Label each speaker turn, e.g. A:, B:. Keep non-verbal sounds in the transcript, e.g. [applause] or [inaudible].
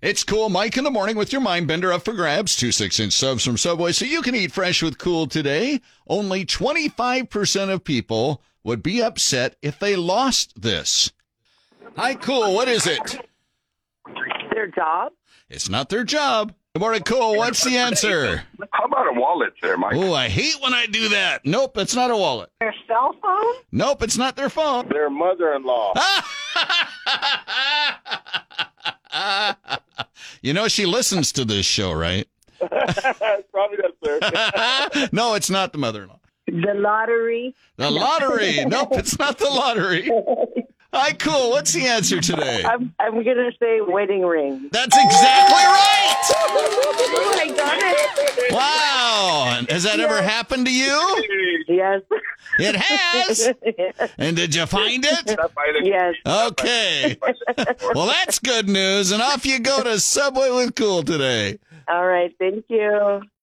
A: It's cool, Mike, in the morning with your mind bender up for grabs. Two six inch subs from Subway, so you can eat fresh with cool today. Only 25% of people would be upset if they lost this. Hi, cool. What is it?
B: Their job?
A: It's not their job. Good morning, cool. What's the answer?
C: How about a wallet there, Mike?
A: Oh, I hate when I do that. Nope, it's not a wallet.
B: Their cell phone?
A: Nope, it's not their phone. [laughs]
C: [laughs] Their mother-in-law.
A: You know, she listens to this show, right?
C: Probably that's there.
A: [laughs] no, it's not the mother in law.
B: The lottery?
A: The
B: [laughs]
A: lottery. Nope, it's not the lottery. Hi, cool. What's the answer today?
B: I'm, I'm going to say wedding ring.
A: That's exactly right.
B: Oh my God.
A: Wow. And Has that ever happened to you?
B: Yes. [laughs]
A: It has. And did you find it?
B: Yes. [laughs]
A: Okay. Well, that's good news. And off you go to Subway with Cool today.
B: All right. Thank you.